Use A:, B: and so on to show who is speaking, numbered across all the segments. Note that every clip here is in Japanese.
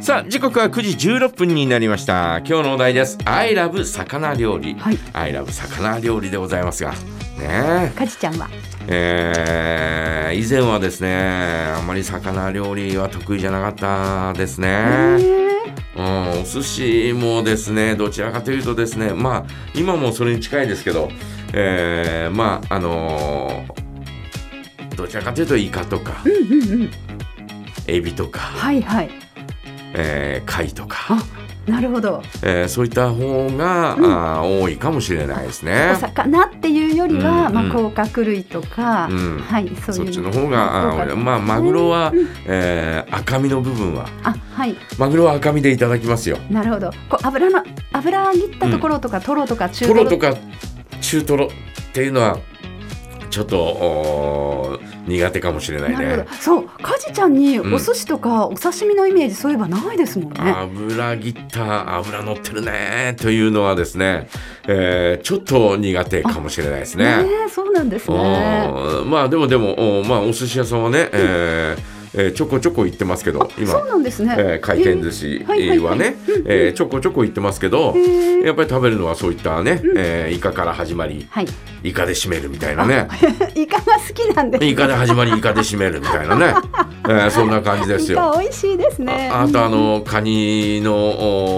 A: さあ時刻は9時16分になりました今日のお題です I love 魚料理、
B: はい
A: I love 魚料理でございますがね
B: かじちゃんは
A: ええー以前はですねあんまり魚料理は得意じゃなかったですねうん、お寿司もですねどちらかというとですねまあ今もそれに近いですけど、えーまああのーどちらかというとイカとか
B: うんうんうん
A: エビとか、
B: はいはい
A: えー貝とか、
B: あなるほど
A: えーそういった方が、
B: うん
A: あー多いかもしれないですね
B: お。魚っていうよりは、
A: うん
B: ま
A: うん
B: あ甲殻類とか、
A: うん
B: はいそう
A: そ
B: いう
A: っちの方が、あーまあマグロは、えー赤身の部分は
B: あはい
A: マグロは赤身でいただきますよ。
B: なるほどこう油の油揚げったところとか、トロとか中
A: ト
B: トロ
A: ロとか中トロっていうのはちょっとおー苦手かもしれない
B: なる
A: ね
B: ほ。どそうかじちゃんに
A: うん
B: お寿司とかお刺身のイメージそういえばないですもんね、
A: 油切った油乗ってるねというのはですね、えーちょっと苦手かもしれないですね。
B: ねえそうなんですね
A: おーまあでもでもおーまあお寿司屋さんはね、えーえーちょこちょこ行ってますけど今
B: そうなんですね、
A: えー回転寿司
B: はいはいはい
A: はね、えーちょこちょこ行ってますけど、
B: へ
A: やっぱり食べるのはそういったね、えーイカから始まり
B: はい
A: イカで締めるみたいなね
B: イカが好きなんで す
A: イカで始まりイカで締めるみたい なね、えーそんな感じです
B: イ
A: よ。
B: カ美味しいですね
A: ああとあのカニの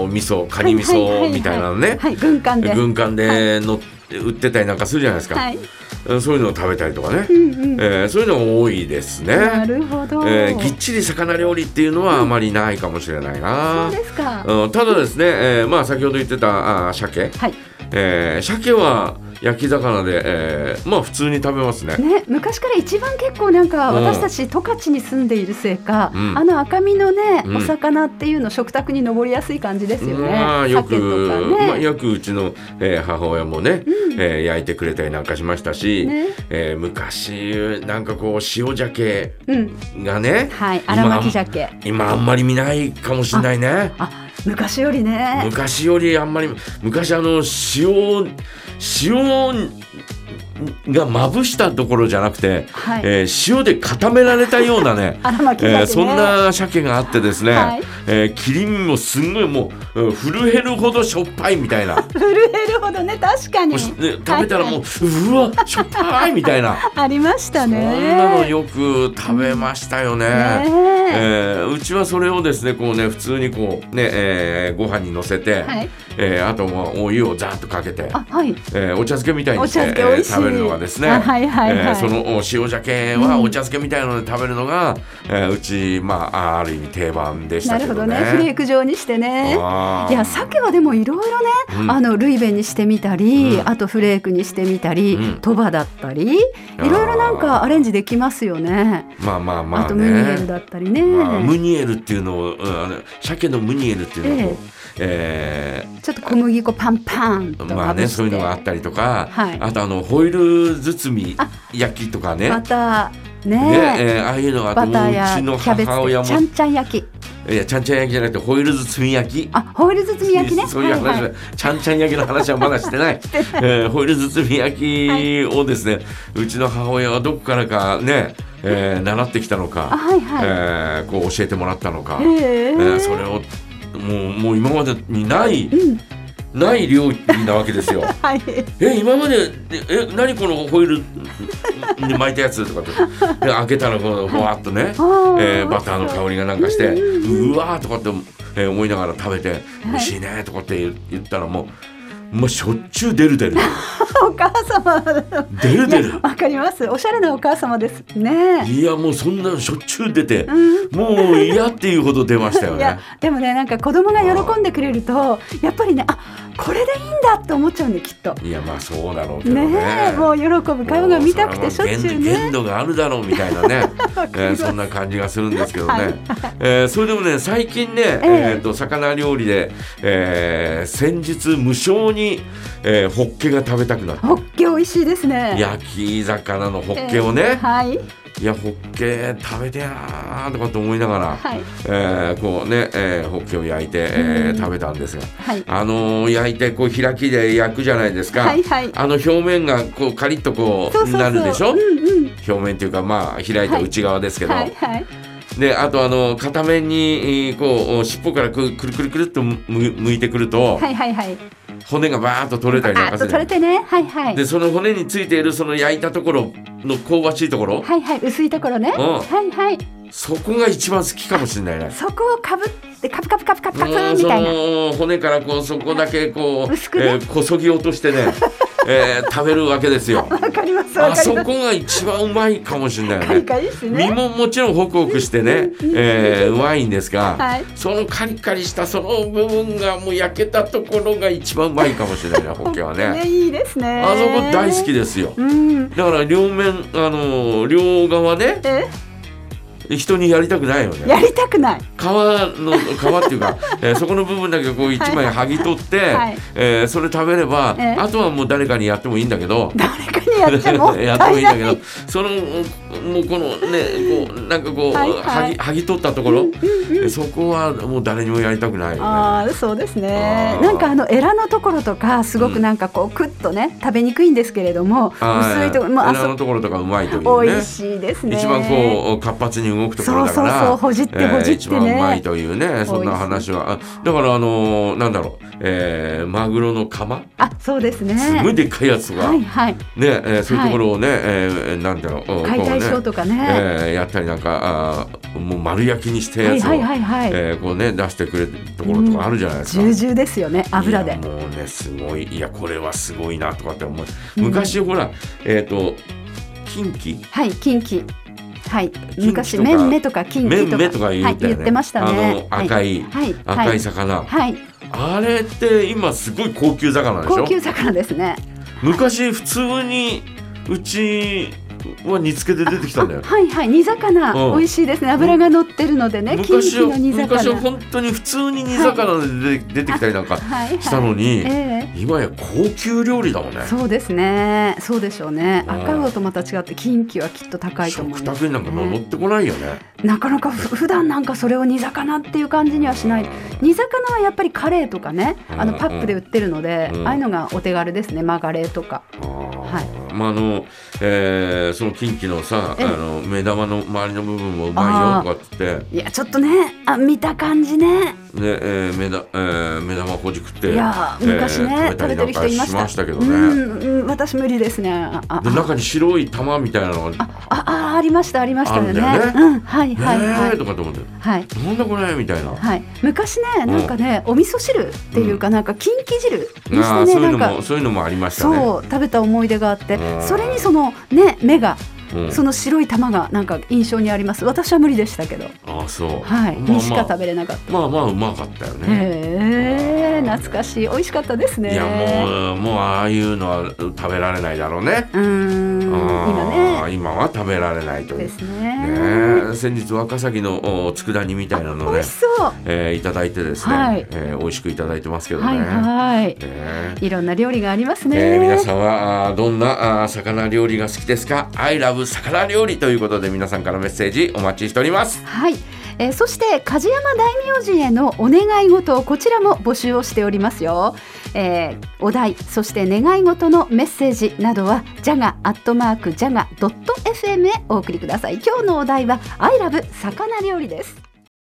A: お味噌カ
B: カ
A: ニ味噌みたいなのね
B: はい軍艦で
A: 軍艦でのって売ってたりなんかするじゃないですか、
B: はい
A: うんそういうのを食べたりとかね、
B: うんうん、
A: えーそういうのが多いですね、
B: なるほど、
A: えーぎっちり魚料理っていうのはあまりないかもしれない
B: そ
A: な
B: う、ですか、
A: うん、ただですね、えーまあ先ほど言ってたあー鮭、
B: はい
A: えー鮭は焼き魚で、えーまあ普通に食べますね
B: ね、昔から一番結構なんか
A: うん
B: 私たち十勝に住んでいるせいか、
A: うん
B: あの赤身のね、
A: うん
B: お魚っていうの食卓に上りやすい感じですよね。
A: まあよく、
B: 鮭とかね。
A: まあ、よくうちの、えー母親もね、えー焼いてくれたりなんかしましたし、
B: ね
A: えー昔なんかこう塩鮭
B: うん、
A: がね、
B: はい、
A: 今
B: 荒巻鮭。
A: 今あんまり見ないかもしれないね
B: あ、昔よりね。
A: 昔よりあんまり昔あの塩塩がまぶしたところじゃなくて、
B: はい
A: えー塩で固められたような ね
B: 荒巻鮭、ね
A: えーそんな鮭があってですね、
B: はい
A: えーキリンもすんごいもううん震えるほどしょっぱいみたい な
B: 震えるほどね、確か
A: も
B: に
A: う。しね食べたらもう、うわしょっぱいみたいな
B: ありました
A: そん
B: ね。
A: なのよく食べましたよね。
B: ねえ
A: えーうちはそれをですねこうね普通にこうね、えーご飯にのせて、
B: はい。
A: えーあとはお湯をザーッとかけて、
B: あ、はい。
A: えーお茶漬けみたいにして、
B: お茶漬け美味しい
A: 食べるのがですね、
B: あはいはいはい
A: えーそのお塩鮭はお茶漬けみたいなので食べるのが、うえーうち、まあ、ある意味定番でし
B: な
A: た
B: る
A: け
B: ほ
A: ど
B: ど
A: ね。
B: ね。フレーク状にしてね。
A: あー
B: いや鮭はでもいろいろね、
A: うん
B: あのルイベにしてみたり、
A: うん
B: あとフレークにしてみたり、
A: うん
B: 鳥羽だったりいろいろなんかアレンジできますよね。
A: まあまあ
B: あ
A: まあ
B: とムニエル
A: ね。
B: だったりね。
A: まあ、ムニエルっていうのを、うんあの鮭のムニエルっていうのを、えー
B: ちょっと小麦粉パンパンと
A: まあね
B: ま
A: そういうのがあったりとか、
B: はい
A: あとあのホイル包み焼きとかね
B: バターね
A: ね、えーああいうのがあって
B: バター
A: もううちの
B: やキャベツ
A: 母親
B: ちゃ
A: も
B: んちゃん焼き
A: いやちゃんちゃん焼きじゃなくてホイル包み焼き
B: あホイル包み焼きね
A: そういう話は、
B: はいはい
A: ちゃんちゃん焼きの話はまだして ない、えーホイル包み焼きをですね、うちの母親はどこからかね、えー習ってきたの
B: あ
A: か、
B: はいはい、
A: えーこう教えてもらったのか、
B: へえ
A: えーそれをもうもう今までにない、
B: うん
A: ない料理なわけです よ。
B: はい
A: え今まででえ何このホイルに巻いたやつとかってで開けたらこのふわっとね、
B: ー
A: えーバターの香りがなんかしてうわーとかって、えー思いながら食べて
B: い
A: 美味しいねとかって言言ったらもうもうしょっちゅう出る出る
B: お母様
A: 出る出
B: ね
A: る
B: わかりますおしゃれなお母様ですね
A: いやもうそんなのしょっちゅう出て
B: うん
A: もう嫌っていうほど出ましたよ
B: いや
A: ね。
B: でもねなんか子供が喜んでくれるとやっぱりねあこれでいいんだって思っちゃうんできっと
A: いやまあそうだろうけど
B: ね
A: ね。
B: えもう喜ぶ顔が見たくてしょっちゅう
A: もうそれはもう限
B: ね
A: 限度があるだろうみたい なね、
B: り
A: えー
B: ます
A: そんな感じがするんですけどね、
B: はい
A: えーそれでもね最近ね、え
B: え
A: ーと魚料理で、えー先日無償に、えーホッケが食べたくなった
B: ホッケ美味しいですね
A: 焼き魚のホ
B: えー
A: ッケをね、
B: はい
A: いやホッケ食べてやなーとかと思いながら、
B: はい
A: えーこうね、えーホッケを焼いて、えー
B: うん
A: 食べたんですが。
B: はい
A: あのー焼いてこう開きで焼くじゃないですか、
B: はいはい
A: あの表面がこうカリッとこ
B: そうそう
A: う
B: そう
A: なるでしょ
B: うんうん
A: 表面というかまあ開いた内側ですけど、
B: はいはい
A: であとあの片面にえーこう尻尾からくくるくるくるっとむむいてくると、
B: はいはいはい。
A: 骨がバーッと取れたりなん
B: あ
A: か
B: っ
A: す
B: と
A: る
B: 取れてね。はいはい。
A: でその骨についているその焼いたところの香ばしいところ、
B: はいはい。薄いところね。
A: うん
B: はいはい。
A: そこが一番好きかもしれないね。
B: そこをかぶってカプカプカプカプカプ
A: うん
B: みたいな。
A: その骨からこうそこだけこう、
B: 薄くね
A: えーこそぎ落として ね、えー食べるわけですよ。
B: わかりますわ
A: あ
B: かり
A: そ
B: ます。
A: こが一番うまいかもしれないよ
B: カ
A: ね
B: リ。カリして
A: 身
B: ね。
A: ももちろんホクホクしてね、えーうまいんですが、
B: はい
A: そのカリカリしたその部分がもう焼けたところが一番うまいかもしれないねホッケはね。
B: いいですね。
A: あそこ大好き。ですよ。
B: うん。
A: だから両面あのー両側ね
B: え
A: 人にやりたくないよね。
B: やりたくない。
A: 皮の皮っていう か、えーそこの部分だけこう一枚剥ぎ取って、
B: はい
A: えーそれ食べれば、
B: ええ
A: あとはもう誰かにやってもいいんだけど。
B: 誰かにやっても っ
A: やって
B: た
A: もいい
B: い
A: ん
B: な
A: だけ
B: い。
A: どそのもうこのねこうなんかこう
B: はいはい
A: はぎはぎ取ったところそこはもう誰にもやりたくないよね。
B: ああそうですね
A: あー
B: なんかあのエラのところとかすごくなんかこうクッとね食べにくいんですけれども
A: あ
B: 薄いところもう
A: あ
B: あ
A: の
B: そ
A: ところとかうまいと
B: こ
A: いう
B: 美
A: ね
B: 味。しいですね
A: 一番こう活発に動くところだから
B: そうそうそうほじってほじっ
A: 一
B: てね
A: 番うまいというねそんな話はあだからあのーなんだろう、えーマグロの釜
B: あそうですね
A: すごいでっかいやつとか、
B: はいはい
A: ねえーそういうところをね、えーなんだろうこう
B: 解体ショー
A: ね
B: とかね
A: えーやったりなんかあーもう丸焼きにした
B: は
A: や
B: い
A: つを、
B: はいはいはい、
A: えーこうね出してくれるところとかあるじゃないですか。
B: 重々ですよね油
A: い
B: で
A: やもうねすごいいやこれはすごいなとかって思う
B: うん
A: 昔、ほらえっ、とキンキ
B: はい近畿はい
A: 近
B: 昔
A: 畿とか
B: 麺目とか近
A: メ
B: 畿
A: ン
B: とか
A: メとか言
B: は
A: っ
B: い、
A: たよね、
B: 言ってましたね
A: あの赤
B: い
A: い、
B: はい
A: 赤
B: はいい、
A: 魚、
B: はい、
A: あれって今すごい高級魚でし
B: 高
A: ょ
B: 級魚ですね
A: 昔普通にうちは煮つけで出てきた んだよ
B: はいはい煮魚、
A: うん
B: 美味しいですね油が乗ってるのでね近
A: 昔
B: 畿
A: は
B: の煮魚
A: 昔は本当に普通に煮魚で出て出てきたり なんか
B: はいはい
A: したのに、
B: え
A: 今や高級料理だもんね
B: えそうですねそうでしょうね
A: うん
B: 赤魚とまた違って近畿はきっと高いと思い
A: 食
B: ます、
A: 卓になんか登ってこないよね
B: なかなかふ普段なんかそれを煮魚っていう感じにはしない煮魚はやっぱりカレーとかね
A: うん
B: あのパックで売ってるので、
A: うん
B: ああいうのがお手軽ですねマガレーとか
A: あー
B: は
A: まああの、えーその近畿のさあ
B: ええ
A: の目玉の周りの部分もうまいよとかっつって
B: いやちょっとねあ見た感じね
A: で、えー目だえー目玉ほじくって
B: いや
A: え
B: ー
A: ー
B: 昔ね、
A: 食
B: 食
A: べ
B: べ
A: た
B: て
A: り
B: る
A: なんか
B: 人いま
A: し
B: した
A: ましたけど
B: う
A: ね
B: んうん私無理ですねああ
A: で中に白い玉みたいなのが
B: あああありましたありましたよね
A: あるんだよね
B: うんはい
A: 「え
B: はいは
A: ー
B: い、
A: とかって思って「
B: はい
A: なんだこれ」みたいな。
B: はい、昔ね
A: うん
B: なんかね、お味噌汁っていうか、なんかキンキ汁にしてね
A: あーそういう
B: な
A: の
B: んか
A: もそういうのもありましたね。
B: そう食べた思い出があって
A: うん
B: それにそのね目が
A: うん
B: その白い玉がなんか印象にあります私は無理でしたけど
A: あーそう。
B: はい
A: ま
B: にしか
A: あ
B: 食べれなかった、
A: まあ、まあまあうまかったよね。
B: へえ懐かしい美味しかったですね
A: いやもうもうああいうのは食べられないだろうね。
B: うーん今
A: あ
B: ね
A: ー今は食べられないという
B: で。すね
A: ねえ、先日若崎のお佃煮みたいなのを
B: 美
A: ね
B: 味し、そう
A: えーいただいてですね、
B: はい
A: えー美味しくいただいてますけどね。
B: はいはい
A: ねえ
B: いろんな料理がありますね、
A: えー皆さんはあーどんなあー魚料理が好きですか ?I love 魚料理ということで皆さんからメッセージお待ちしております。
B: はい、えーそして梶山大名人へのお願い事をこちらも募集をしておりますよ、えーお題そして願い事のメッセージなどはジャガアットマークジャガ .fm へお送りください今日のお題は I love 魚料理です